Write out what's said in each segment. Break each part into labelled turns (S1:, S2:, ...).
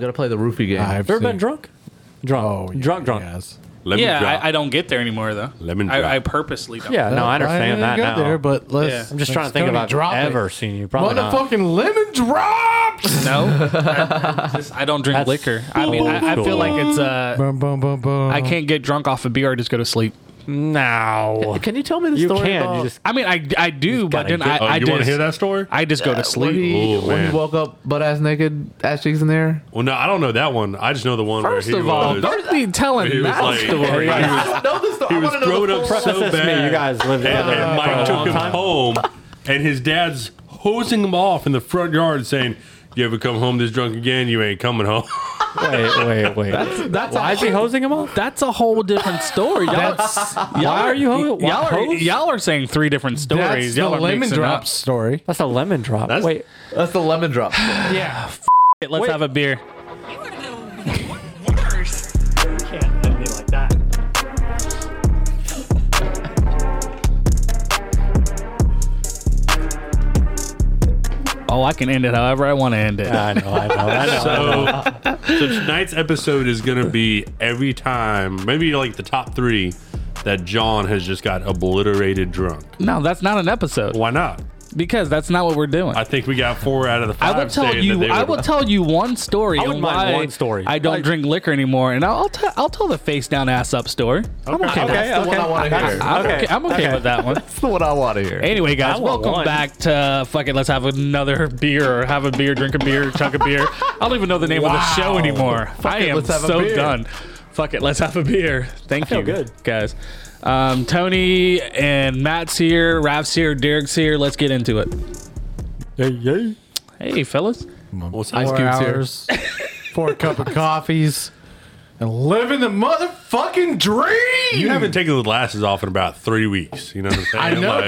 S1: got to play the roofie game.
S2: I've
S3: Ever been
S2: seen-
S3: drunk? Drunk.
S2: Oh, yeah,
S3: drunk, drunk.
S2: Yes.
S4: Lemon
S5: yeah,
S4: drop.
S5: I, I don't get there anymore though.
S4: Lemon
S5: I,
S4: drop.
S5: I purposely don't.
S3: Yeah, no, I
S2: Well,
S3: understand
S2: didn't
S3: that
S2: go
S3: now.
S2: There, but let's,
S5: Yeah.
S3: I'm just trying
S2: let's
S3: to think if
S2: Tony
S3: I've
S2: drop it.
S3: ever seen you. Probably not.
S2: Motherfucking lemon drops.
S5: No, I, just, I don't drink
S3: That's-
S5: liquor. I mean, I, I feel like it's uh,
S2: boom, boom, boom, boom.
S5: I can't get drunk off of beer. I just go to sleep.
S3: No,
S1: Can you tell me the
S3: you
S1: story
S3: can.
S1: about
S3: You just
S5: I mean, I, I do, but
S3: gotta
S5: then
S3: get-
S5: I,
S4: Oh,
S5: I
S4: you want
S5: just
S4: to hear that story?
S5: I just
S2: Uh,
S5: go to
S1: when
S5: sleep.
S1: he,
S4: Oh,
S1: when
S4: man.
S1: he woke up butt ass naked, ass cheeks in the air?
S4: well, no, I don't know that one. I just know the one
S1: First
S4: where he
S1: of all,
S4: was.
S5: Don't be telling
S4: he was
S5: that
S4: like,
S5: story.
S4: he was,
S1: I don't know this story.
S4: he was throwing up so
S3: Preface this to
S4: bad.
S3: me, you guys lived
S4: and,
S3: together
S4: and
S3: for a
S4: Mike took
S3: long
S4: him
S3: time.
S4: home, and his dad's hosing him off in the front yard, saying, "You ever come home this drunk again? You ain't coming home."
S3: wait, wait, wait.
S1: That's
S3: Why
S1: a
S3: is he hosing him off?
S5: That's a whole different story. Y'all,
S3: Why are you ho- why
S5: y'all, are,
S3: hosed?
S5: y'all are saying three different
S2: That's
S5: stories.
S2: the
S5: y'all are
S2: lemon
S5: mixing
S2: drop
S5: Up.
S2: story.
S3: That's a lemon drop.
S4: That's-
S3: wait,
S1: That's the lemon drop.
S5: Yeah, f- it, let's
S3: Wait.
S5: have a beer.
S6: You are the worst.
S3: can't hit me like that.
S5: Oh, I can end it however I want to end it.
S3: I know, I know, I know.
S4: So, so tonight's episode is going to be every time, maybe like the top three that John has just got obliterated drunk.
S5: no, that's not an episode
S4: Why not?
S5: because that's not what we're doing.
S4: I
S5: I,
S4: think we got four out of the five.
S5: will tell
S4: saying that
S5: you.
S4: they
S5: I
S4: were-
S5: will tell you one story.
S3: I wouldn't
S5: on
S3: mind
S5: why
S3: one story.
S5: I don't
S3: Like-
S5: drink liquor anymore, and I'll I'll, t- I'll tell the face down ass up story.
S4: Okay.
S1: That's the one I want to hear.
S5: I'm okay. I'm okay, with that one.
S1: That's the one I want to hear.
S5: Anyway, guys,
S3: want
S5: welcome
S3: one.
S5: back to fucking. Let's have another beer, or have a beer, drink a beer, chunk a beer. I don't even know the name of the show anymore. I
S1: it,
S5: am
S1: let's have a
S5: so
S1: beer.
S5: done. Fuck it, let's have a beer. Thank
S3: feel
S5: you,
S3: good.
S5: guys. Um, Tony and Matt's here, Raf's here, Derek's here. Let's get into it.
S3: Hey, hey.
S5: Hey, fellas.
S4: What's
S1: Ice
S2: Four
S4: more?
S1: Cube's here.
S2: hours, four cup of coffees, and living the motherfucking dream.
S4: You haven't taken the glasses off in about three weeks. You know what I'm saying?
S2: I know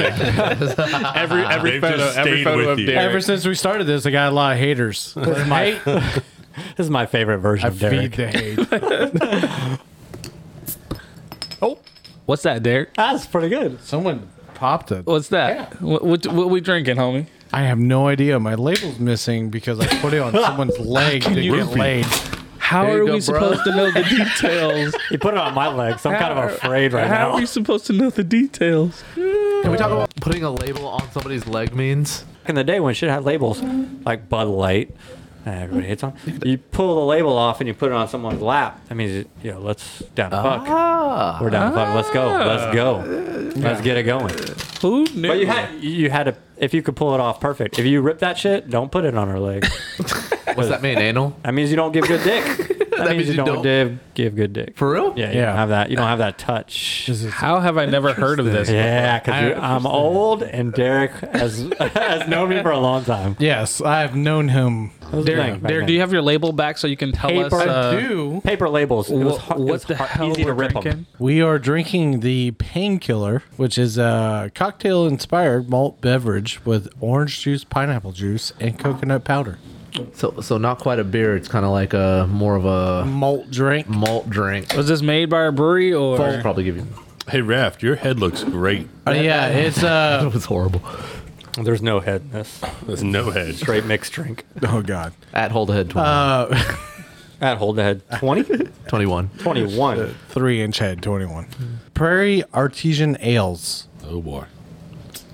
S4: Like,
S5: Every every
S4: They've photo- just every stayed photo with of you. Derek.
S2: Ever since we started this, I got a lot of haters. I hate,
S3: This is my favorite version
S2: I
S3: of
S2: feed
S3: Derek.
S2: the hate.
S5: What's that, Derek?
S3: That's pretty good.
S2: Someone popped it.
S5: What's that? What, what what we drinking, homie?
S2: I have no idea. My label's missing because I put it on someone's leg to get
S4: Roofie.
S2: laid.
S5: How
S1: There you go,
S5: are
S1: bro.
S5: we supposed to know the details?
S3: He put it on my legs. I'm kind of afraid right
S5: How
S3: now.
S5: are we supposed to know the details?
S1: Can we talk about putting a label on somebody's leg means?
S3: Back in the day when shit had labels, like Bud Light, uh, everybody hates on. You pull the label off and you put it on someone's lap. That means you know, let's down the fuck.
S1: Ah.
S3: We're down the fuck. Let's go. Let's go. Let's get it going.
S5: Who knew?
S3: But you had you had to if you could pull it off perfect. If you rip that shit, don't put it on her leg.
S1: What's that mean, anal?
S3: That means you don't give good dick. That, means, you, don't, Give, give good dick.
S1: For real?
S3: yeah, you
S2: Yeah.
S3: don't have that. You don't have that touch.
S5: How have I never heard of this?
S3: Yeah, because I'm old and Derek has has known me for a long time.
S2: Yes, I have known him.
S3: Derek,
S5: Derek, do you have your label back so you can tell us?
S3: Paper. I
S5: Uh,
S2: Do
S3: paper labels? It was
S5: wh-
S3: hard, it
S5: what
S3: was
S5: the
S3: hard-
S5: hell
S3: easy to
S5: we're
S3: rip 'em.
S5: drinking?
S2: We are drinking the Painkiller, which is a cocktail inspired malt beverage with orange juice, pineapple juice, and coconut powder.
S1: So, so not quite a beer. It's kind of like a more of a
S2: Malt drink.
S1: malt drink.
S5: Was this made by a brewery or?
S1: I'll probably give you.
S4: hey, Raf, your head looks great.
S2: Uh, yeah, it's uh
S1: That was horrible.
S3: There's no head in this.
S4: That's no head.
S3: Straight mixed drink.
S2: Oh god.
S1: At hold ahead 20,
S2: Uh
S3: At hold the head 20?
S1: 21.
S3: 21.
S2: 3 inch head 21. Prairie Artesian Ales.
S4: Oh boy.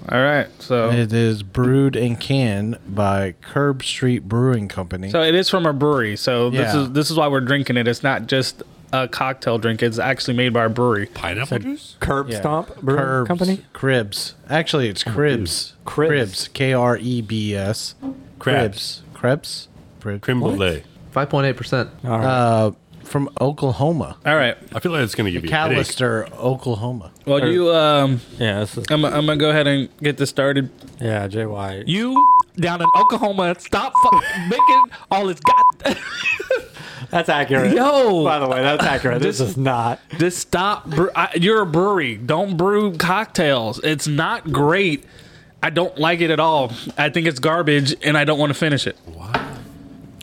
S5: All right, so
S2: It is brewed and canned by Curb Street Brewing Company.
S5: so it is from a brewery. So this
S2: Yeah.
S5: is this is why we're drinking it. It's not just a cocktail drink. It's actually made by a brewery.
S4: Pineapple juice?
S3: Curb
S2: Yeah.
S3: Stomp Brewing
S2: Curbs.
S3: Company?
S2: Cribs. Actually, it's Oh, Cribs.
S3: Cribs.
S2: Cribs. K R E B S.
S4: Crabs.
S2: Cribs. Cribs.
S4: Creme brulee.
S1: 5.8%.
S3: All right.
S2: Uh, from Oklahoma,
S5: All right.
S4: I feel like it's going to give you a headache.
S2: Callister, Oklahoma.
S5: Well, you um,
S3: yeah, this is,
S5: I'm I'm gonna go ahead and get this started.
S3: yeah, JY.
S5: You down in Oklahoma, stop fucking making all this god.
S3: That's accurate.
S5: Yo.
S3: By the way, that's accurate. this is not.
S5: Just stop. Bre- I, you're a brewery. Don't brew cocktails. It's not great. I don't like it at all. I think it's garbage, and I don't want to finish it.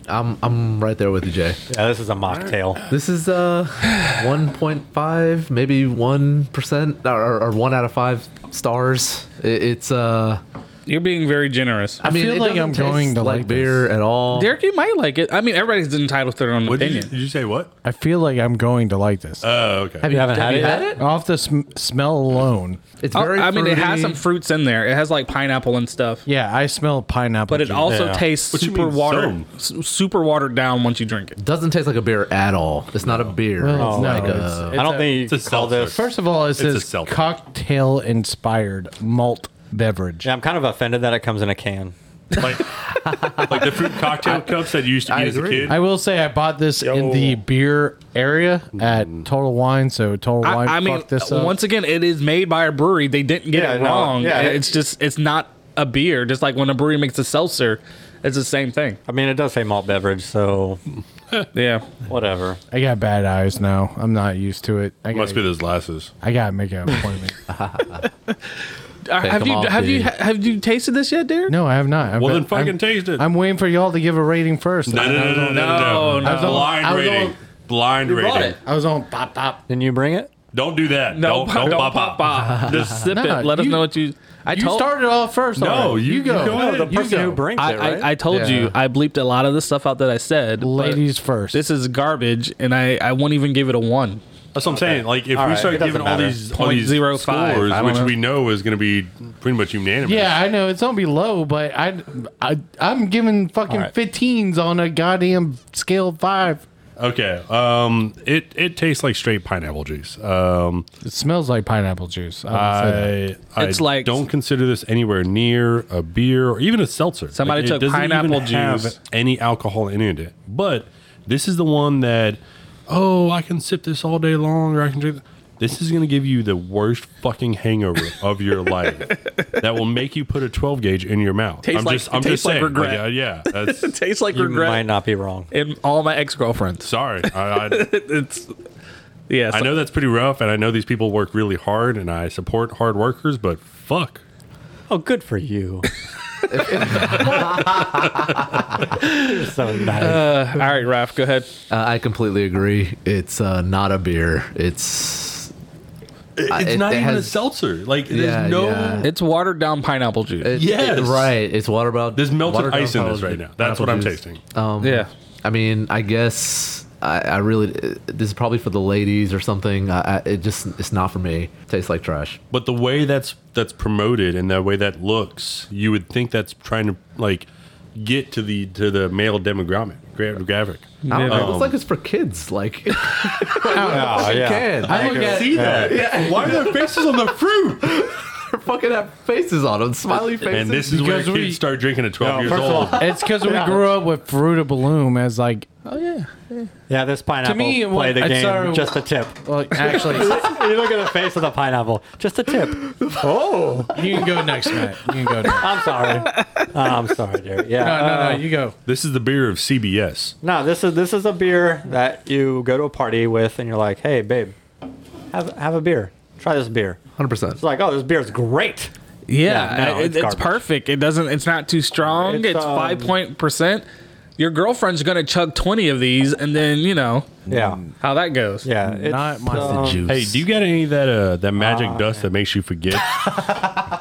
S1: I'm, I'm right there with you, Jay.
S3: Yeah, this is a mocktail.
S1: This is uh 1.5, maybe 1% or, or 1 out of 5 stars. It, it's uh
S5: You're being very generous.
S1: I mean,
S2: feel
S1: it
S2: like
S1: doesn't
S2: I'm
S1: taste
S2: going to like
S1: like beer at all.
S5: Derek, you might like it. I mean, everybody's entitled to their own
S4: What did you,
S5: opinion.
S4: did you say? What?
S2: I feel like I'm going to like this.
S4: Oh, okay.
S1: you,
S3: haven't had
S1: you
S3: it yet?
S2: Uh, Off the sm- smell alone,
S1: It's
S5: Oh,
S1: very.
S5: I mean, it has
S1: fruity.
S5: some fruits in there. It has like pineapple and stuff,
S2: yeah, I smell pineapple.
S5: but it
S2: juice.
S5: also
S4: Yeah.
S5: tastes
S4: What you
S5: super
S4: mean,
S5: watered,
S4: some?
S5: s- super watered down once you drink it.
S1: Doesn't taste like a beer at all. It's not a beer.
S2: Well,
S1: it's
S2: no,
S1: like
S2: it's-
S1: a.
S3: I don't
S2: a-
S3: think you
S4: it's
S3: could
S4: a
S3: call
S4: seltzer.
S3: this.
S2: First of all, it
S4: a
S2: says
S4: seltzer.
S2: cocktail inspired malt beverage.
S3: Yeah, I'm kind of offended that it comes in a can.
S4: Like, like the fruit cocktail cups that you used to
S1: I
S4: be as a
S1: agree.
S4: kid.
S2: I will say I bought this in
S4: Yo. Mm.
S2: the beer area at Total Wine, so Total
S5: I,
S2: Wine
S5: I mean, uh,
S2: fucked this up.
S5: once again, it is made by a brewery. They didn't get
S3: Yeah,
S5: it
S3: no,
S5: wrong.
S3: yeah, it-
S5: it's just it's not a beer. Just like when a brewery makes a seltzer, it's the same thing.
S3: I mean, it does say malt beverage, so
S5: Yeah,
S3: whatever.
S2: I got bad eyes now. I'm not used to it. I
S4: Must
S2: gotta,
S4: be those glasses.
S2: I gotta make an appointment.
S5: Uh, have
S1: 'em
S5: you
S1: off,
S5: have you
S1: dude.
S5: ha- have you tasted this yet, Derek?
S2: no, I have not. I've
S4: Well, then
S2: been-
S4: fucking
S2: I'm,
S4: taste it.
S2: I'm waiting for y'all to give a rating first.
S4: no, no, no, no, no,
S5: No,
S4: no,
S5: no.
S1: I
S4: Blind
S1: was
S4: rating.
S1: on-
S4: Blind
S1: brought
S4: rating.
S1: it.
S2: I was on pop pop.
S3: Didn't you bring it?
S4: Don't do that. don't don't, pop, pop.
S5: off. Just sip
S2: No,
S5: it. Let us
S2: you-
S5: know what you. I
S2: You
S5: told
S2: started off first.
S4: No,
S2: already.
S4: you-
S2: you,
S4: you
S2: go.
S4: go ahead. The
S2: You
S3: Oh, person
S2: go.
S3: who brings
S5: I,
S3: it, right?
S5: I, I told you
S1: Yeah.
S5: I bleeped a lot of the stuff out that I said. but
S2: Ladies first.
S5: This is garbage, and I, I won't even give it a one.
S4: That's what I'm saying. Like if
S3: All
S4: we
S3: right. It
S4: start
S3: doesn't
S4: giving all
S3: matter.
S4: these all these
S5: 0.05,
S4: scores,
S5: I don't
S4: which
S5: know.
S4: we know is going to be pretty much unanimous.
S2: Yeah, I know it's gonna be low, but I, I I'm giving fucking
S3: All right.
S2: 15s on a goddamn scale of five.
S4: Okay. Um. It it tastes like straight pineapple juice. Um.
S2: It smells like pineapple juice. I will say that.
S4: I, I
S5: It's like-
S4: don't consider this anywhere near a beer or even a seltzer.
S5: Somebody
S4: Like, it
S5: took
S4: doesn't
S5: pineapple
S4: even have
S5: juice.
S4: any alcohol in it. But this is the one that oh, I can sip this all day long, or I can drink. th- This is going to give you the worst fucking hangover of your life. That will make you put a 12 gauge in your mouth.
S5: Tastes
S4: I'm
S5: like-
S4: just, I'm
S5: tastes
S4: just
S5: like
S4: saying.
S5: regret.
S4: uh, yeah. That's,
S5: Tastes like
S3: You might not be wrong.
S5: and all my ex girlfriends.
S4: sorry. I, I,
S5: It's yeah.
S4: I know that's pretty rough, and I know these people work really hard, and I support hard workers, but fuck.
S3: Oh, good for you. You're so nice.
S5: Uh, all right, Raph, go ahead.
S1: Uh, I completely agree. It's uh, not a beer. It's Uh,
S4: it's
S1: it-
S4: not
S1: it
S4: even
S1: has-
S4: a seltzer. Like
S1: Yeah,
S4: there's no
S1: yeah.
S5: It's watered down pineapple juice.
S1: it,
S4: Yes.
S1: it- right. It's water about.
S4: there's
S1: water
S4: melted ice in
S1: down
S4: this
S1: pineapple
S4: right now. That's
S1: pineapple
S4: what I'm
S1: juice.
S4: tasting.
S5: yeah.
S1: I mean, I guess I, I really. This is probably for the ladies or something. I, I, it just it's not for me. tastes like trash.
S4: But the way that's that's promoted and the way that looks, you would think that's trying to like get to the to the male demographic. gra- Graphic.
S1: I don't know. it
S4: Um,
S1: looks like it's for kids. Like,
S3: Oh, yeah.
S1: can.
S2: I look at
S4: that. Why are there faces on the fruit?
S1: They're fucking have faces on them, smiley faces.
S4: And this is where
S2: Because
S4: kids
S2: we-
S4: start drinking at 12
S3: No,
S4: years
S3: first of
S4: old.
S3: all-
S2: it's because we grew up with Fruit of Bloom as like
S3: Yeah, this pineapple to
S2: me,
S3: me,
S2: it
S3: play
S2: wa-
S3: the
S2: I'm
S3: game.
S2: sorry.
S3: Just a tip.
S2: Well, actually,
S3: you look at the face of the pineapple. Just a tip.
S2: you can go next, Matt. You can go next.
S3: I'm sorry. I'm sorry, Derek. Yeah.
S2: No,
S3: uh,
S2: no, no. You go.
S4: This is the beer of CBS.
S3: No, this is this is a beer that you go to a party with, and you're like, "Hey, babe, have have a beer. Try this beer."
S1: hundred percent.
S3: It's like, "Oh, this beer is great."
S5: Yeah,
S3: Yeah, no,
S5: it-
S3: it's
S5: it's,
S3: garbage.
S5: perfect. It doesn't. It's not too strong. It's,
S3: It's, um,
S5: five point percent. Your girlfriend's gonna chug twenty of these, and then you know
S3: Yeah,
S5: how that goes.
S3: yeah. It's, um,
S2: Not my
S1: juice.
S4: Hey, do you got any of that uh, that magic dust that makes you forget?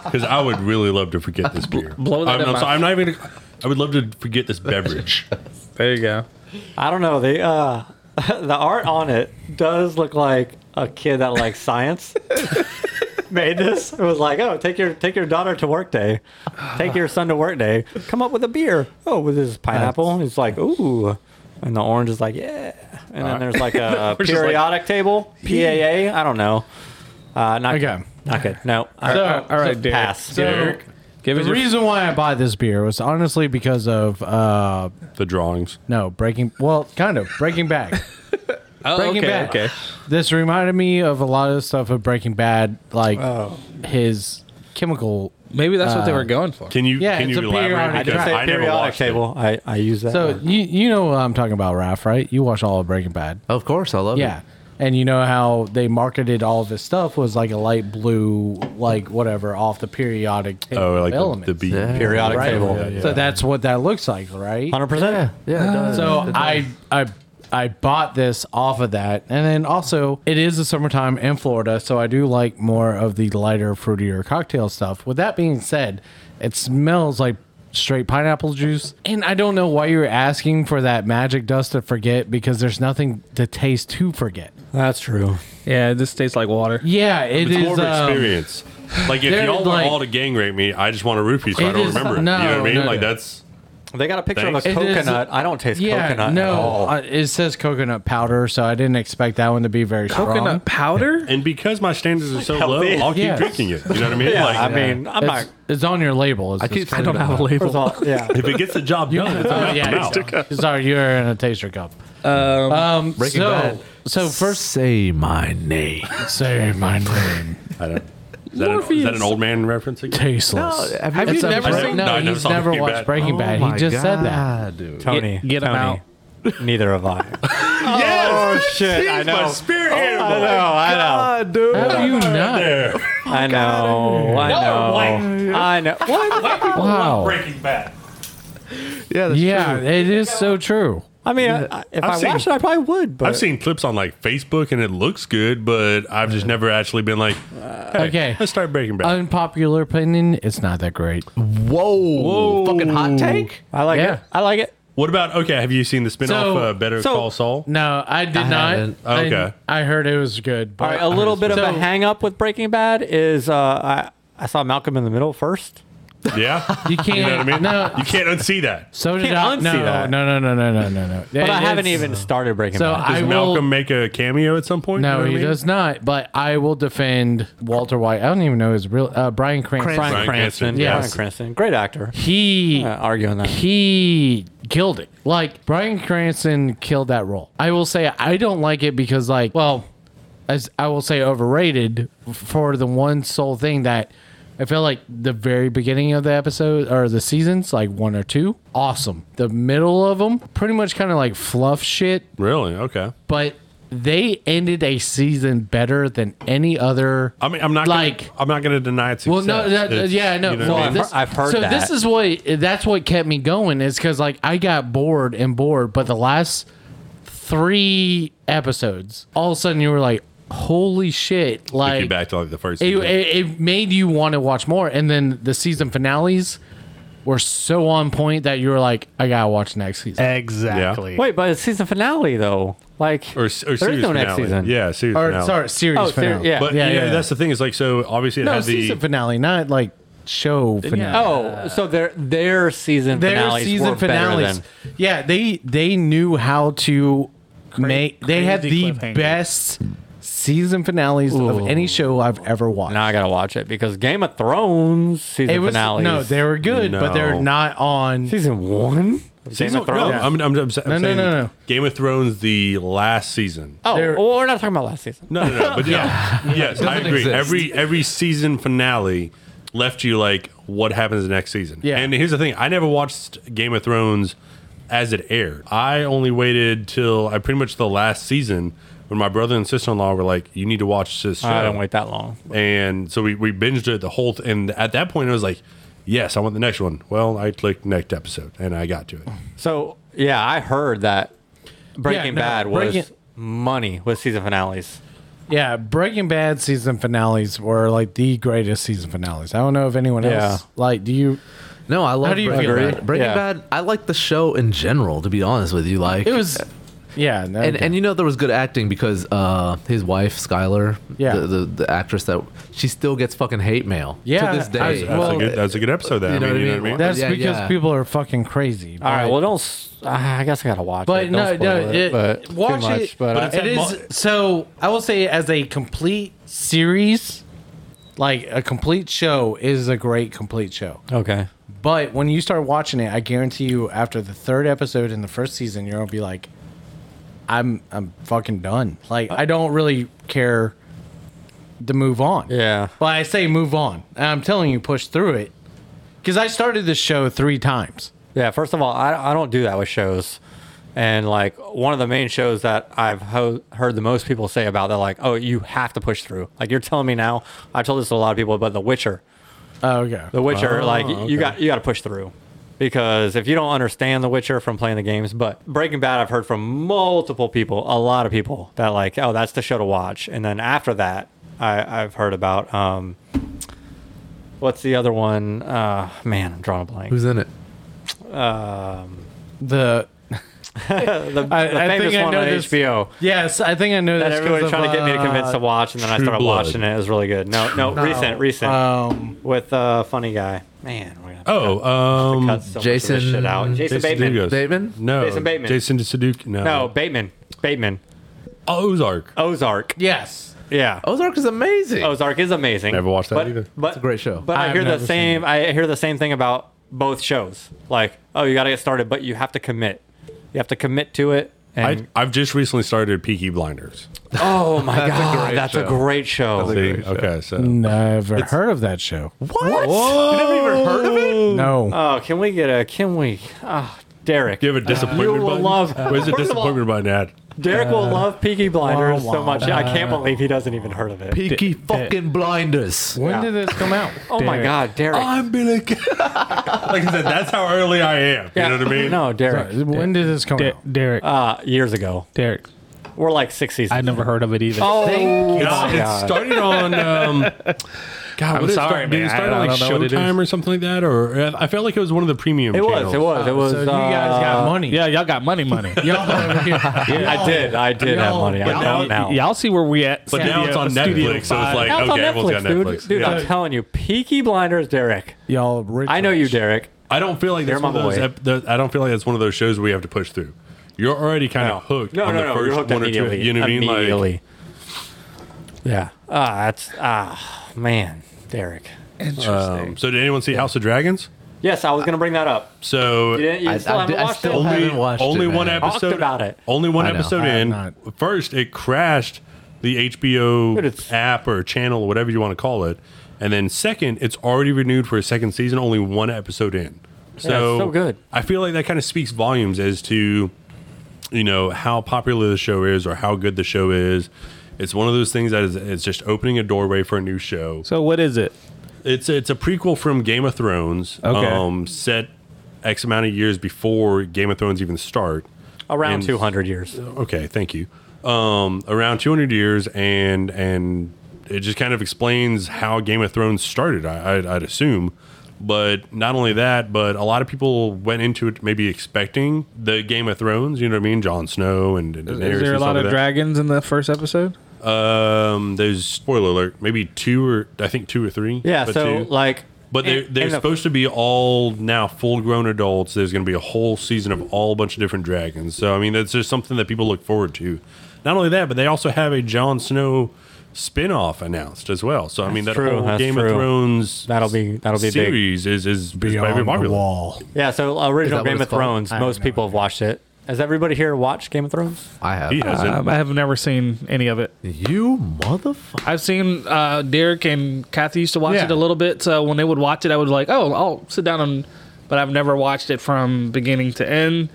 S4: Because I would really love to forget this beer.
S5: blow that
S4: I'm,
S5: in
S4: I'm
S5: my-
S4: sorry, I'm not even. gonna- I would love to forget this beverage.
S5: There you go.
S3: I don't know. The uh, the art on it does look like a kid that likes science made this. It was like, "Oh, take your take your daughter to work day, take your son to work day. Come up with a beer. Oh, with this pineapple. It's like, ooh." And the orange is like, yeah. And then there's like a
S5: is like-
S3: periodic table, PAA. I don't know. Uh, not
S2: Okay.
S3: Not good. No.
S2: So-
S5: all right, Derek.
S3: pass.
S2: So,
S5: Give
S2: the
S5: us your
S2: reason why I bought this beer was honestly because of uh
S4: the drawings.
S2: no breaking. Well, kind of breaking back.
S5: oh,
S2: Breaking
S5: okay,
S2: Bad.
S5: okay.
S2: This reminded me of a lot of stuff of Breaking Bad, like his chemical.
S5: Maybe that's what they were going for.
S4: Can you
S2: Yeah,
S4: can
S2: it's
S4: you
S2: a
S4: elaborate?
S2: periodic
S4: Because
S2: dra-
S4: I, never
S3: periodic
S4: watched table.
S3: table. I, I use that.
S2: So
S3: one.
S2: you you know what I'm talking about, Raph, right? You watch all of Breaking Bad.
S1: Of course, I love
S2: Yeah.
S1: it.
S2: And you know how they marketed all of this stuff was like a light blue, like whatever, off the periodic table
S4: Oh, like
S2: element.
S4: the, the beat.
S1: Yeah.
S3: periodic
S2: right?
S3: table.
S4: Yeah, yeah.
S2: So that's what that looks like, right?
S3: 100%.
S1: Yeah, it does.
S2: So I I I bought this off of that, and then also it is the summertime in Florida, so I do like more of the lighter, fruitier cocktail stuff. With that being said, It smells like straight pineapple juice. And I don't know why you were asking for that magic dust to forget because there's nothing to taste to forget.
S3: That's true.
S5: Yeah, this tastes like water.
S2: Yeah, it
S4: It's
S2: is.
S4: more of an
S2: um,
S4: experience. Like if
S2: they're
S4: y'all want
S2: like-
S4: all to gang rape me, I just want a rupee, so I
S2: It
S4: don't
S2: is-
S4: remember it.
S2: no,
S4: you know what I mean?
S2: no,
S4: like
S2: no.
S4: that's
S3: They got a picture
S4: Thanks.
S3: of a
S2: It is-
S3: coconut. I don't taste
S2: yeah,
S3: coconut
S2: no,
S3: at all.
S2: uh, it says coconut powder, so I didn't expect that one to be very strong.
S5: Coconut powder?
S4: and because my standards are so low,
S3: healthy.
S4: I'll keep
S2: Yes.
S4: drinking it. You know what I mean?
S3: yeah,
S4: like
S3: I mean, I'm
S2: it's,
S3: not.
S2: it's on your label. It's just
S1: I don't
S2: coconut
S1: have a
S2: powder.
S3: First of
S1: label.
S3: all, yeah.
S4: if it gets the job done, it's
S2: Oh,
S4: enough.
S2: yeah,
S4: I'm out.
S2: yeah. Sorry, you're in a taster cup. Um,
S1: Breaking
S2: so,
S1: Bad.
S2: so first,
S1: say my name.
S2: say my name.
S4: I don't. Is that, an, is that an old man reference again?
S2: Tasteless.
S1: No, have you- Have you
S2: It's a
S1: never
S2: Bre-
S1: seen- Oh
S4: No, I
S2: No,
S4: never
S2: he's
S4: saw
S2: never
S4: Breaking
S2: watched
S4: Bad.
S2: Breaking Bad. He just said that.
S1: dude.
S3: Tony,
S5: Get- get 'em
S3: Tony. Neither have I.
S4: Yes!
S3: Oh shit! I
S4: He's my
S3: know. Oh,
S4: spirit animal.
S3: I know. I know.
S1: God, dude.
S2: How do you not?
S4: There.
S3: I know. I know. I know. What?
S2: Wow.
S4: Breaking Bad.
S1: Yeah, that's
S2: Yeah,
S1: true.
S2: it is so true.
S3: I mean, I, if
S4: I've
S3: I
S4: seen-
S3: watched it, I probably would. But
S4: I've seen clips on like Facebook and it looks good, but I've just never actually been like, hey,
S2: Okay. Uh,
S4: let's start Breaking Bad.
S2: Unpopular opinion, it's not that great.
S1: Whoa. Fucking hot take?
S3: I like
S2: Yeah.
S3: it. I like it.
S4: what about okay? Have you seen the spinoff
S2: So-
S4: uh, Better
S3: so-
S4: Call Saul?
S2: No, I did not.
S1: haven't.
S2: I-
S4: Okay.
S2: I, heard it was good. But
S3: All right, a little bit of a
S2: So-
S3: hang up with Breaking Bad is uh, I I saw Malcolm in the Middle first.
S4: Yeah,
S2: You can't.
S4: you know what I mean.
S2: No.
S4: You can't unsee that.
S2: So did
S3: can't
S2: I.
S3: unsee
S2: No,
S3: that.
S2: no, no, no, no, no, no, no.
S3: But I haven't even started Breaking
S2: So
S3: Bad.
S2: I
S4: Does
S2: will.
S4: Malcolm make a cameo at some point?
S2: No,
S4: You know what I
S2: he
S4: mean?
S2: does not. But I will defend Walter White. I don't even know his real uh, Brian Cranston.
S3: Brian
S4: Bryan
S3: Cranston.
S4: Cranston,
S3: Bryan
S2: yes.
S3: Cranston. Great actor.
S2: He
S3: Uh, arguing that.
S2: he killed it. Like Brian Cranston killed that role. I will say I don't like it because like well, as I will say overrated for the one sole thing that I feel like the very beginning of the episode or the seasons, like one or two, awesome. The middle of them, pretty much kind of like fluff shit,
S4: Really? Okay.
S2: but they ended a season better than any other.
S4: I mean, I'm not
S2: Like-
S4: gonna, I'm not going to deny its
S2: Well,
S4: success.
S2: no, that, uh,
S4: It's-
S2: yeah, no.
S4: you know
S2: well,
S4: what I
S3: I've
S4: mean?
S2: this-
S3: heard- I've heard
S2: So
S3: that.
S2: this is what that's what kept me going is because like I got bored and bored, but the last three episodes, all of a sudden you were like, "Holy shit!"
S4: Take
S2: Like
S4: you back to like the first.
S2: it,
S4: season.
S2: it, it made you want to watch more, and then the season finales were so on point that you were like, "I gotta watch next season."
S3: Eh.
S7: Exactly.
S3: Wait, but it's season finale though. Like
S4: or, or
S3: there's
S4: series
S3: no next
S4: finale.
S3: season.
S4: Yeah, series
S2: or
S4: finale.
S2: sorry, series
S3: Oh, ser-
S2: finale.
S3: yeah.
S4: But
S2: Yeah,
S4: yeah,
S2: yeah.
S4: that's the thing. Is like so obviously it
S2: no,
S4: had the
S2: season finale, not like show finale.
S3: Oh, so their their season
S2: their
S3: finales
S2: season
S3: were better
S2: finales.
S3: than-
S2: Yeah, they they knew how to make. They had the
S7: crazy cliffhanger.
S2: best season finales of any show I've ever watched.
S3: Now I gotta watch it because Game of Thrones season
S2: it was
S3: finales.
S2: no, they were good, but they're
S4: No.
S2: not on.
S3: season one.
S4: season.
S3: Game of Thrones.
S4: No, I'm, I'm, I'm,
S2: no,
S4: I'm saying
S2: no, no.
S4: Game of Thrones the last season.
S3: Oh,
S2: They're-
S3: well, we're not talking about last season.
S4: No, no, no. But yeah, yes, I agree.
S1: exist.
S4: Every every season finale left you like, what happens next season?
S2: Yeah.
S4: And here's the thing: I never watched Game of Thrones as it aired. I only waited till I pretty much the last season when my brother and sister in law were like, "You need to watch this show."
S3: I don't wait that long.
S4: And so we, we binged it the whole. Th- and at that point, I was like, "Yes, I want the next one." Well, I clicked next episode, and I got to it.
S3: So yeah, I heard that Breaking
S2: no,
S3: Bad was
S2: Breaking-
S3: money with season finales.
S2: Yeah, Breaking Bad season finales were like the greatest season finales. I don't know if anyone
S3: Yeah.
S2: else like. Do you?
S1: No, I love
S2: do you
S1: Breaking
S2: feel about
S1: Bad.
S2: it?
S1: Breaking
S3: Yeah.
S1: Bad, I like the show in general, to be honest with you. Like
S2: It was. Yeah, no,
S1: and, and you know there was good acting because uh, his wife Skylar,
S2: Yeah.
S1: the, the the actress that she still gets fucking hate mail
S2: Yeah,
S1: to this
S2: I-
S1: day.
S4: That's,
S2: Well,
S4: a good. That's a good episode. That
S1: you know what
S4: I mean,
S1: I
S4: you know what I
S1: mean?
S4: mean.
S2: that's
S1: yeah,
S2: because
S1: yeah.
S2: people are fucking crazy.
S3: All right.
S2: but-
S3: Well, don't. s- uh, I guess I gotta watch.
S2: But
S3: it.
S2: no,
S3: Don't spoil
S2: no,
S3: it,
S2: it-
S3: but
S2: watch
S3: too much,
S2: it.
S3: But,
S4: But it's-
S2: it
S4: that
S2: is so. I will say, as a complete series, like a complete show, is a great complete show.
S3: okay.
S2: But when you start watching it, I guarantee you, after the third episode in the first season, you're gonna be like, "I'm, I'm fucking done. Like, I don't really care to move on."
S3: Yeah.
S2: Well, I say move on. I'm telling you, push through it. Because I started this show three times.
S3: Yeah, first of all, I, I don't do that with shows. And like one of the main shows that I've ho- heard the most people say about, they're like, oh, you have to push through. Like you're telling me now, I told this to a lot of people, but The Witcher,
S2: Oh, okay.
S3: The Witcher, like y-
S4: okay.
S3: you got you got to push through. Because if you don't understand The Witcher from playing the games, but Breaking Bad, I've heard from multiple people, a lot of people that like, oh, that's the show to watch. And then after that, I, I've heard about um, What's the other one? Uh, man, I'm drawing a blank.
S1: Who's in it?
S2: The
S3: the,
S2: I-
S3: the
S2: I
S3: famous
S2: think I
S3: one
S2: know
S3: on
S2: this-
S3: HBO
S2: yes, I think I know
S3: that
S2: this. 'cause
S3: everybody
S2: of,
S3: tried to get me to convince
S2: uh,
S3: to watch, and then I
S4: True
S3: started
S4: Blood.
S3: watching it. It was really good. No, no, recent, recent
S2: Um,
S3: with uh, funny guy. Man, we're gonna have to
S4: Oh, um,
S3: cut so much of this
S1: Jason-
S3: shit out. Jason,
S4: Jason
S3: Bateman.
S4: Derulo.
S1: Bateman?
S4: No,
S3: Jason Bateman.
S4: Jason Sudeikis. No, Oh,
S3: No, Bateman. Bateman.
S4: Ozark.
S3: Ozark.
S2: yes.
S3: Yeah.
S1: Ozark is amazing.
S3: Ozark is amazing.
S4: Never watched that
S3: but,
S4: either.
S3: But,
S1: It's a great show.
S3: But I,
S2: I've
S3: hear the
S2: never seen
S3: same. I hear the same thing about both shows. Like, oh, you got to get started, but you have to commit. You have to commit to it.
S4: I,
S3: And
S4: I've just recently started Peaky Blinders.
S3: oh my god,
S1: Ah, great
S3: that's a
S1: show.
S3: great show.
S4: See? Okay, so
S2: Never heard of that show.
S1: what? You never even heard of it?
S2: No.
S3: Oh, can we get a? Can we? Ah, Derek.
S4: give a disappointment.
S3: will
S4: button?
S3: love-
S4: What is a
S3: First of all-
S4: disappointment button ad?
S3: Derek will love Peaky Blinders
S2: wah,
S3: so much. I can't
S2: wah.
S3: believe he doesn't even heard of it.
S1: Peaky fucking blinders.
S2: when
S3: yeah.
S2: did this come out?
S3: oh my
S2: Derek?
S3: god, Derek.
S4: I'm Billy. K- like I said, that's how early I am. You know what I mean?
S3: No, Derek.
S2: Sorry, When did this come
S5: De-
S2: out?
S5: Derek.
S3: Uh, years ago,
S5: Derek.
S3: we're like six seasons.
S5: I never heard of it either.
S3: Oh,
S4: God,
S3: God.
S4: it started on. Um, God, I'm
S5: sorry,
S4: Did
S5: man.
S4: it
S5: I
S4: start
S5: don't-
S4: on
S5: I
S4: like
S5: don't know what it
S4: Showtime
S5: is.
S4: or something like that? Or uh, I felt like it was one of the premium.
S3: it was.
S4: channels.
S3: It was. It was.
S2: so you guys
S3: uh,
S2: got money.
S5: Yeah, y'all got money, money.
S2: Y'all over here.
S3: I did. I did have
S2: Y'all-
S3: money. I
S4: now-
S3: know now.
S5: Y'all see where we at.
S4: But now it's on Netflix,
S5: Studio
S4: so it's
S5: five.
S4: like
S3: Now it's
S4: okay,
S3: on
S4: everyone's
S3: Netflix,
S4: got
S3: dude.
S4: Netflix.
S3: Dude,
S4: Yeah.
S3: I'm telling you, Peaky Blinders, Derek.
S2: Y'all rich.
S3: I know you,
S2: rich.
S3: Derek.
S4: I don't feel like that's
S3: They're
S4: one
S3: my
S4: of those.
S3: boy.
S4: Ep- the, I don't feel like that's one of those shows where you have to push through. You're already kind
S3: No.
S4: of hooked
S3: No,
S4: on
S3: no,
S4: the
S3: no. You're
S4: first
S3: hooked
S4: one or two.
S3: immediately.
S4: You know what I mean? Like,
S3: Immediately. yeah. Ah, that's ah man, Derek.
S4: um, so did anyone see House of Dragons?
S3: Yes, I was gonna bring that up.
S4: So
S3: You didn't. You
S1: I-
S3: still
S1: I
S3: haven't
S1: did- I
S3: watched
S1: still
S4: only,
S3: it.
S1: have- haven't watched
S4: only
S1: it,
S4: one
S1: man.
S3: Talked
S4: episode
S3: about it.
S4: Only one
S1: I know.
S4: episode
S1: I
S2: have
S4: in.
S2: not.
S4: First, it crashed the
S3: Dude,
S4: HBO
S3: it's-
S4: app or channel or whatever you want to call it. And then second, it's already renewed for a second season. Only one episode in. So,
S3: so good.
S4: I feel like that kind of speaks volumes as to you know how popular the show is or how good the show is. It's one of those things that is it's just opening a doorway for a new show.
S5: So what is it?
S4: It's it's a prequel from Game of Thrones.
S5: Okay.
S4: Um, set X amount of years before Game of Thrones even start.
S3: Around
S4: And-
S3: 200 years.
S4: Okay, thank you. Um, around 200 years, and and it just kind of explains how Game of Thrones started. I, I'd, I'd assume, but not only that, but a lot of people went into it maybe expecting the Game of Thrones. You know what I mean? Jon Snow and, and Daenerys
S5: Is there a
S4: and
S5: lot
S4: stuff
S5: of
S4: like that.
S5: dragons in the first episode?
S4: Um, there's spoiler alert. Maybe two or I think two or three.
S3: Yeah.
S4: but
S3: so
S4: two.
S3: like,
S4: But they're,
S3: in-
S4: they're
S3: in the-
S4: supposed to be all now full grown adults. There's going to be a whole season of all bunch of different dragons. So, I mean, that's just something that people look forward to. Not only that, but they also have a Jon Snow spin off announced as well. So, I mean, that
S3: That's true,
S4: whole
S3: that's
S4: Game
S3: true.
S4: of Thrones
S3: That'll be- that'll be big.
S4: series is, is, is very popular.
S2: wall.
S3: Yeah. So original
S1: Is that what
S3: Game
S1: it's
S3: of
S1: called?
S3: Thrones.
S2: I
S3: Most
S2: have no
S3: people have watched it. Has everybody here watched Game of Thrones?
S1: I have.
S4: He hasn't.
S3: Uh,
S5: Um, I have never seen any of it.
S1: You motherfucker.
S5: I've seen uh, Derek and Kathy used to watch
S2: Yeah.
S5: it a little bit. So when they would watch it, I would be like, oh, I'll sit down and. But I've never watched it from beginning to end.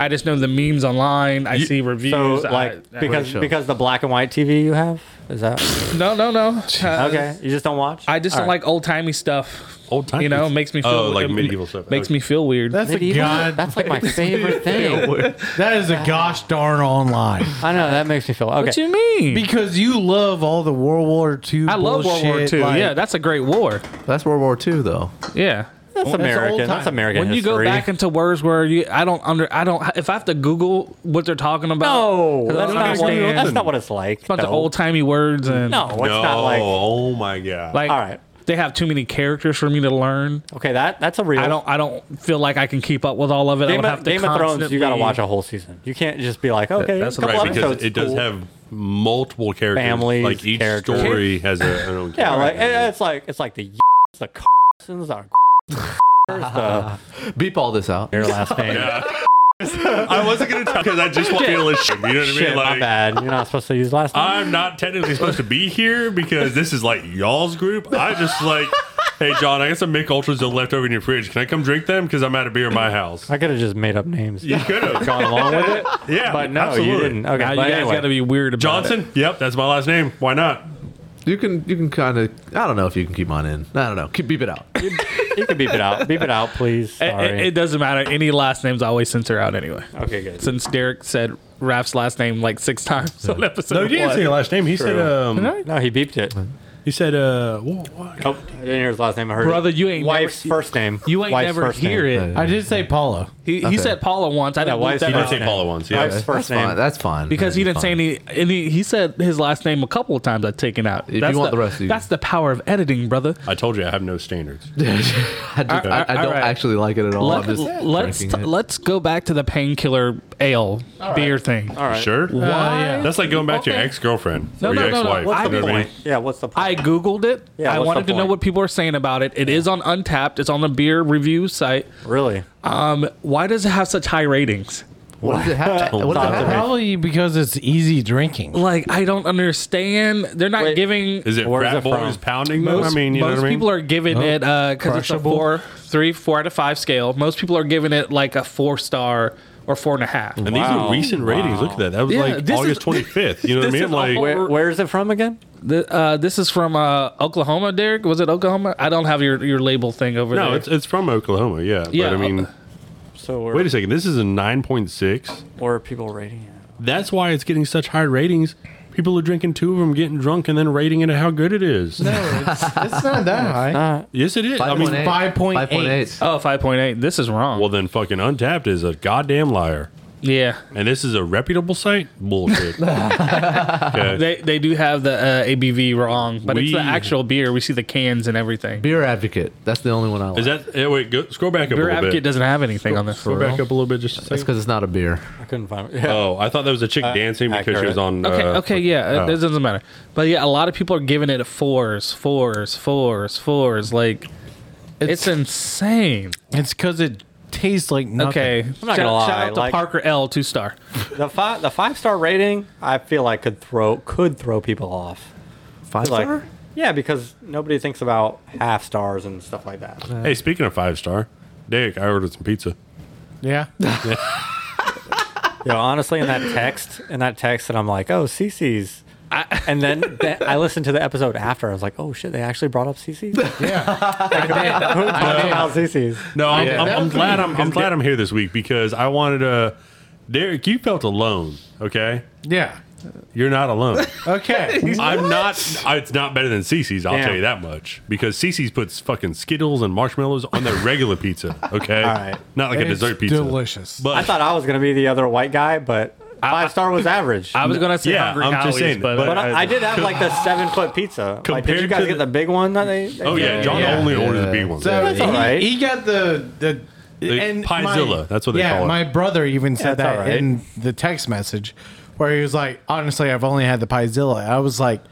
S5: I just know the memes online. I see
S3: So
S5: reviews. I-
S3: like
S5: I-
S3: because because the black and white TV you have is that
S5: no, no, no. Uh,
S3: okay? You just don't watch.
S5: I just
S3: All
S5: don't
S3: right.
S5: like old timey stuff.
S4: Old time.
S5: You know, makes me feel
S4: Oh,
S5: it
S4: like medieval stuff.
S5: Makes
S4: Okay.
S5: me feel weird.
S2: That's a
S3: medieval.
S2: god.
S3: That's like my favorite thing.
S2: that is a gosh darn online.
S3: I know that makes me feel okay.
S5: What you mean?
S2: Because you love all the World War II.
S5: I love World War
S2: bullshit,
S5: II.
S2: like-
S5: yeah, that's a great war.
S1: That's World War II, though.
S5: Yeah.
S3: that's American. That's
S2: old-time.
S3: American.
S5: when you go
S3: history.
S5: back into words where you, I don't under, I don't. If I have to Google what they're talking about,
S3: no,
S5: I
S3: that's
S5: don't
S3: not, what,
S5: understand.
S3: that's not what it's like.
S5: bunch of
S3: though.
S5: old timey words and
S3: No, it's
S4: no,
S3: not like.
S4: oh my God.
S5: like
S3: All right.
S5: they have too many characters for me to learn.
S3: Okay, that that's a real.
S5: I don't, I don't feel like I can keep up with all of it. I
S3: Game,
S5: would have
S3: of,
S5: to
S3: Game of Thrones. You got to
S5: constantly-
S3: watch a whole season. You can't just be like, okay,
S1: that's
S3: a couple
S4: right, because
S3: episodes,
S4: it does
S3: cool.
S4: have multiple characters.
S3: Families,
S4: like each
S3: characters.
S4: story has a, an own
S3: Yeah, like
S4: character.
S3: it- it's like it's like the the the the
S1: Beep all this out.
S3: your last name.
S4: I wasn't gonna talk because I just want to feel ashamed. You know what I mean?
S3: Shit, my
S4: like,
S3: bad. You're not supposed to use last name.
S4: I'm not technically supposed to be here because this is like y'all's group. I just like, hey John, I got some Mick Ultras that are left over in your fridge. Can I come drink them? Because I'm out of beer at my house.
S3: I could have just made up names.
S4: You could have,
S3: Gone along with it.
S4: yeah,
S3: But no, you didn't. Okay,
S5: Now you
S3: but
S5: guys
S3: anyway.
S5: got to be weird about it.
S4: Johnson. Yep, that's my last name. Why not?
S1: You can you can kind of I don't know if you can keep mine in. I don't know. Keep beep it out.
S3: You can beep it out. Beep it out, please.
S5: It-
S3: Sorry.
S5: It, it doesn't matter. Any last names I always censor out anyway.
S3: okay, good.
S5: Since Derek said Raph's last name like six times on episode one.
S4: last name. He said, um,
S3: no, he beeped it.
S4: He said, uh, what, what?
S3: Oh, I didn't hear his last name. I heard
S5: Brother,
S3: it.
S5: you ain't
S3: wife's
S5: never-
S3: first name.
S5: You ain't
S3: Wife's
S5: never
S3: first
S5: hear
S3: name.
S5: it.
S2: I did say Paula.
S5: He, he said Paula once. I didn't
S3: why
S5: believe
S3: is he
S5: that
S3: not
S5: out.
S3: saying
S4: Paula once.
S3: Wife's
S1: that's
S3: first
S1: fine.
S3: name.
S1: That's fine.
S5: because he
S1: That's
S5: didn't say
S1: fine.
S5: any. Any. He said his last name a couple of times. I've taken out.
S1: you want the rest of you-
S5: that's the power of editing, brother.
S4: I told you I have no standards.
S1: I, just, I, I
S5: all
S1: don't
S5: right.
S1: actually like it at all.
S5: Let,
S1: I'm just
S5: us
S1: Oh, drinking it.
S5: let's go back to the painkiller ale beer thing.
S3: All right.
S4: Sure.
S2: yeah.
S4: That's like going back to your ex girlfriend
S5: No,
S4: or
S5: no,
S4: your
S5: no,
S4: ex
S5: no.
S4: wife.
S5: What's
S4: You
S5: the
S4: know what I mean?
S5: point?
S3: Yeah, what's the
S5: I googled it.
S3: Yeah,
S5: I
S3: what's
S5: wanted
S3: the
S5: to know
S3: point?
S5: what people are saying about it. It is on Untapped. It's on the beer review site.
S3: Really?
S5: Um, why does it have such high ratings?
S1: What does it have? What does it have?
S2: Probably because it's easy drinking.
S5: Like I don't understand. They're not
S3: Wait.
S5: giving.
S4: Is it
S3: Where's
S4: frat
S3: it from?
S4: boys pounding them?
S5: Most,
S4: I mean, you know
S5: most
S4: what I mean? Oh,
S5: people are giving it because it's a
S2: Crushable.
S5: four, three, four out of five scale. Most people are giving it like a four star or four and a half.
S4: and these
S3: Wow.
S4: are recent ratings. Look at that. That was
S5: Yeah,
S4: like
S5: this is-
S4: August 25th. You know what I
S5: this
S4: mean?
S5: is
S4: Like,
S5: all-
S3: Where, where is it from again?
S5: The, uh, this is from uh, Oklahoma, Derek. Was it Oklahoma? I don't have your, your label thing over there.
S4: no, it's, it's from Oklahoma. Yeah.
S5: Yeah, uh,
S4: But I mean,
S3: So where,
S4: wait a second. This is a 9.6.
S3: where are people rating it?
S4: That's why it's getting such high ratings. People are drinking two of them, getting drunk, and then rating it at how good it is.
S2: It's not that high.
S4: Yes, it is. I mean,
S1: 5.8.
S2: 5.8.
S1: 5.8.
S5: oh, 5.8. This is wrong.
S4: well, then fucking Untapped is a goddamn liar.
S5: yeah.
S4: And this is a reputable site? Bullshit. okay.
S5: They, they do have the uh, ABV wrong, but it's the
S4: We-
S5: actual beer. We see the cans and everything.
S1: Beer Advocate. That's the only one I like.
S4: Is that, eh, wait, go, scroll back up a
S5: Beer
S4: little
S5: Advocate
S4: bit.
S5: doesn't have anything on this.
S4: Scroll back up a little bit just a
S1: That's
S4: second.
S1: because it's not a beer.
S3: I couldn't find it. Yeah.
S4: Oh, I thought that was a chick dancing because she
S3: accurate.
S4: was on.
S5: Okay,
S4: uh,
S5: okay, yeah,
S4: uh,
S5: it, it doesn't matter. But yeah, a lot of people are giving it fours, fours, fours, fours. Like, it's, insane.
S2: It's because it tastes like nothing.
S5: Okay,
S3: I'm not gonna
S5: shout, shout
S3: lie,
S5: out to
S3: like-
S5: Parker L, two star.
S3: The five the five star rating, I feel like could throw could throw people off.
S1: Five
S3: Like,
S1: star?
S3: yeah, because nobody thinks about half stars and stuff like that.
S4: Hey, speaking of five star, Dick, I ordered some pizza.
S2: Yeah.
S3: you know, honestly, in that text, in that text, and I'm like, oh, CC's. and then th- I listened to the episode after. I was like, oh shit, they actually brought up CC's. Who talked about CC's?
S4: No, I'm, I'm, I'm
S2: That was
S4: glad I'm, I'm glad I'm here this week because I wanted to. Derek, you felt alone. Okay,
S2: Yeah.
S4: you're not alone.
S2: Okay.
S4: I'm not. I, it's not better than Cece's. I'll
S3: Damn.
S4: tell you that much because Cece's puts fucking Skittles and marshmallows on their regular pizza. Okay, all
S3: right.
S4: not like a
S2: It's
S4: dessert pizza.
S2: Delicious.
S4: But
S3: I thought I was gonna be the other white guy, but five star was average.
S5: I was gonna say
S4: Yeah,
S5: Hungry
S4: I'm just
S5: Howie's,
S4: saying,
S5: but,
S4: but
S3: but I, I did have like the seven foot pizza. Like, did
S4: Compared
S3: you
S4: to
S3: guys
S4: the-
S3: get the big one that they? they
S4: oh yeah,
S3: gave?
S4: John
S2: Yeah.
S4: only orders
S1: Yeah.
S4: the big ones.
S2: So
S4: Yeah.
S3: That's all
S2: he,
S3: right.
S2: he got the the,
S4: The Piezilla, that's what they
S2: yeah,
S4: call it.
S2: My brother even said
S3: that's all
S2: that
S3: right.
S2: in the text message, where he was like, "Honestly, I've only had the Piezilla." I was like,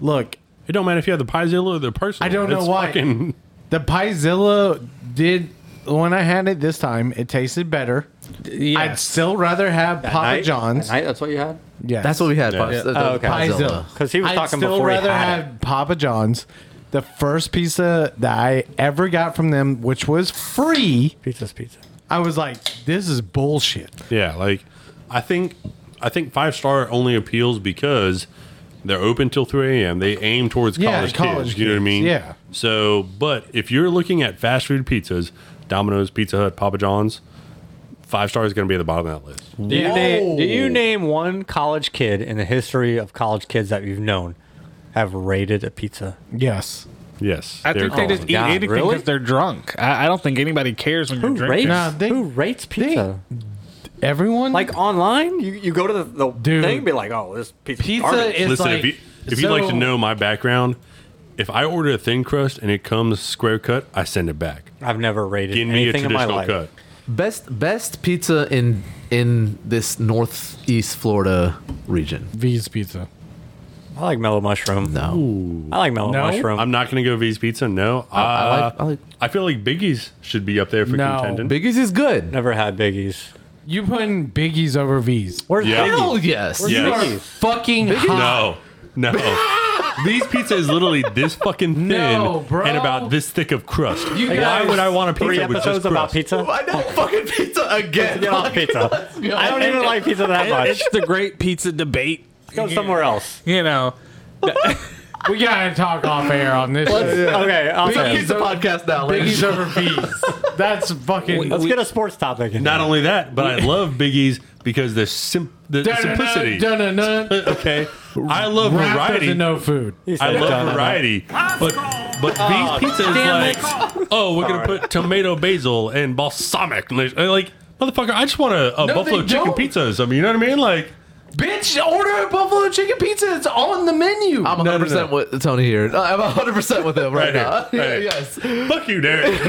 S2: "Look,
S4: It don't matter if you have the Piezilla or the person.
S2: I don't know why. the Piezilla did when I had it this time. It tasted better.
S5: yeah.
S2: I'd still rather have Papa
S3: Night?
S2: John's.
S3: At Night, that's what you had.
S2: Yeah,
S1: That's what we had. Five, uh,
S3: Oh, okay.
S1: Piezilla.
S2: Piezilla.
S3: 'Cause he was
S2: I'd
S3: talking
S2: still
S3: before he
S2: rather
S3: had it.
S2: have Papa John's. The first pizza that I ever got from them, which was free,
S3: Pizza's pizza.
S2: I was like, "This is bullshit."
S4: Yeah, like I think I think five star only appeals because they're open till three a.m. They aim towards
S2: Yeah,
S4: college,
S2: college
S4: kids, You know what I
S2: kids,
S4: mean?
S2: yeah.
S4: So, but if you're looking at fast food pizzas, Domino's, Pizza Hut, Papa John's, five star is going to be at the bottom of that list.
S3: Do you, name, do you name one college kid in the history of college kids that you've known have rated a pizza?
S2: Yes.
S4: Yes,
S5: I
S4: they're
S5: think they
S4: calling.
S5: just eat
S3: God,
S5: anything because
S3: really?
S5: they're drunk. I, I don't think anybody cares when
S3: Who
S5: you're
S3: rates?
S5: drinking.
S2: No, they-
S3: who rates pizza?
S2: Everyone
S3: like online, you, you go to the, the
S2: Dude.
S3: thing and be like, oh, this pizza.
S2: Pizza
S3: garbage.
S2: is-
S4: Listen,
S2: like-
S4: if, you, if you'd like
S2: so-
S4: to know my background, if I order a thin crust and it comes square cut, I send it back.
S3: I've never rated
S4: Give me a
S3: anything in my
S4: traditional
S3: life.
S4: cut.
S1: Best best pizza in in this northeast Florida region.
S2: V's Pizza.
S3: I like mellow mushroom.
S1: No.
S3: I like mellow
S2: No?
S3: mushroom.
S4: I'm not going to go V's Pizza. No, Uh, I,
S1: I like- I like-
S4: feel like Biggie's should be up there for
S2: No,
S4: contending.
S1: Biggie's is good.
S3: never had biggies.
S2: You putting Biggies over V's?
S3: Where's
S4: Yeah.
S3: biggies?
S1: Hell yes.
S3: Where's
S4: Yes.
S3: biggies?
S2: Fucking
S4: No, no. These pizza is literally this fucking thin
S2: No, bro.
S4: and about this thick of crust. Why
S3: guys,
S4: would I want a
S3: Three
S4: pizza with just
S3: episodes about
S4: crust?
S3: pizza.
S1: I know fucking pizza again.
S3: Get off pizza. I don't even like pizza that much.
S5: It's the great pizza debate.
S3: Go somewhere else.
S5: You know,
S2: We gotta talk off air on this. shit.
S3: Okay, I'll say
S1: He's the podcast now.
S2: Biggies
S1: ladies.
S2: over fees. That's fucking.
S3: Let's get a sports topic. In
S4: Not
S3: here.
S4: only that, but I love Biggies because the, sim- the the simplicity.
S2: Dun-dun-dun.
S4: Okay, I love
S2: Wrapped up
S4: variety.
S2: to no food.
S3: He said
S4: I love
S3: done.
S4: variety, but but these pizzas like, oh, we're gonna put tomato basil and balsamic. And they're Like, motherfucker, I just want a, a
S1: No,
S4: buffalo
S1: they
S4: chicken
S1: don't.
S4: pizza or something. You know what I mean? Like,
S2: Bitch, order a buffalo chicken pizza. It's on the menu.
S1: I'm 100%
S4: no, no.
S1: with Tony here. No, I'm 100% with him right,
S4: Right here,
S1: now.
S4: right here.
S1: Uh, yes.
S4: fuck you, Derek.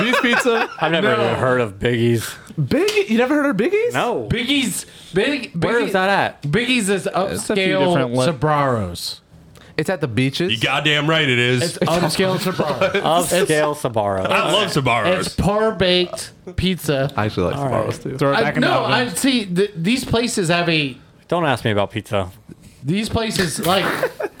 S1: Beef pizza.
S3: I've never even heard of Biggie's.
S1: Big. You never heard of Biggie's?
S3: No.
S2: Biggie's. Big, Biggie,
S7: Where is that at?
S2: Biggie's is
S5: a few
S2: upscale
S5: different lo-
S2: Sabraros.
S1: It's at the
S4: you
S1: beaches.
S4: goddamn right, it is.
S2: It's upscale Sabraros.
S3: Upscale Sabaro.
S4: I love Sabaros.
S2: It's par baked pizza.
S1: I actually like Sbarro's too.
S5: Throw it
S2: I,
S5: back in the
S2: no,
S5: oven.
S2: I see th- these places have a
S3: Don't ask me about pizza.
S2: these places like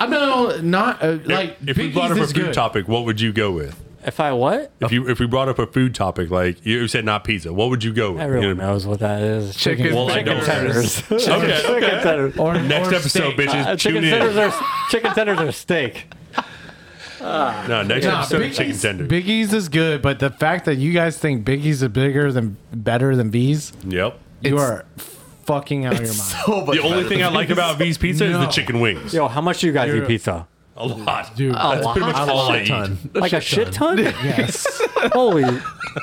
S2: I'm no not uh, like
S4: if we
S2: Biggie's
S4: brought up a
S2: is
S4: food
S2: good.
S4: topic, what would you go with?
S3: If I what?
S4: If you if we brought up a food topic, like you said, not pizza, what would you go with?
S3: Everyone
S4: You know-
S3: knows what that is.
S1: Chicken.
S4: Well, I
S3: Chicken
S4: don't.
S3: tenders.
S4: Okay, okay.
S3: Chicken tenders.
S2: Or-
S4: Next
S2: or
S4: episode,
S2: steak.
S4: bitches,
S3: Uh,
S4: tune
S3: chicken tenders
S4: in.
S3: are chicken tenders are steak.
S4: No, next
S2: Nah,
S4: episode,
S2: Biggie's-
S4: chicken tenders.
S2: Biggie's is good, but the fact that you guys think Biggie's is bigger than better than V's,
S4: Yep.
S2: you
S1: It's-
S2: are fucking out of your mind.
S1: So much
S4: The only
S1: better.
S4: thing I like about V's Pizza is the
S2: No.
S4: chicken wings.
S3: Yo, how much do you guys eat
S2: Dude.
S3: pizza?
S4: A lot.
S2: Dude,
S4: That's pretty much all I
S1: Shit ton.
S4: eat.
S3: Like a shit ton?
S2: yes.
S3: Holy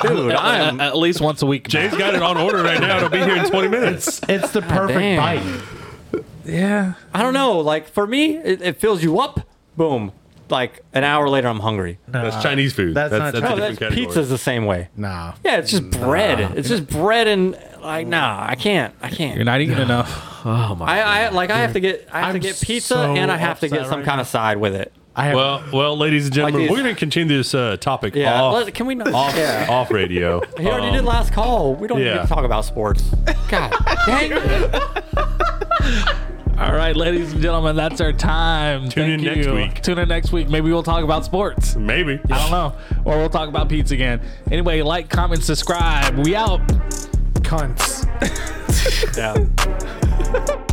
S3: dude, I am
S5: at least once a week.
S4: Jay's got it on order right now. It'll be here in 20 minutes.
S2: it's the perfect
S7: damn.
S2: bite.
S5: Yeah.
S3: I don't know. Like for me, it, it fills you up. Boom. Like an hour later, I'm hungry.
S4: that's Chinese food.
S2: that's not
S4: a
S3: No,
S4: different
S3: that's
S4: category.
S3: pizza's the same way.
S2: Nah.
S3: Yeah, it's just bread. It's just bread and like nah, I can't. I
S5: You're
S3: can't.
S5: not eating enough.
S1: Oh my.
S3: I, I like I have to get I have to
S2: I'm
S3: get pizza
S2: so
S3: and I have to get
S2: upset
S3: some
S2: right
S3: kind of side with it.
S2: I have
S4: Well, well, ladies and gentlemen,
S3: Like these-
S4: we're going to continue this uh, topic
S3: Yeah.
S4: off,
S3: let- can we not?
S4: off,
S3: yeah.
S4: off radio.
S3: He already
S4: Um,
S3: did last call. We don't even
S4: yeah.
S3: get to talk about sports. God dang it.
S5: All right, ladies and gentlemen, that's our time.
S4: Tune in
S5: Thank
S4: next
S5: you.
S4: week.
S5: Tune in next week. Maybe we'll talk about sports.
S4: Maybe.
S5: I don't know. Or we'll talk about pizza again. Anyway, like, comment, subscribe. We out.
S2: cunts.
S3: Yeah.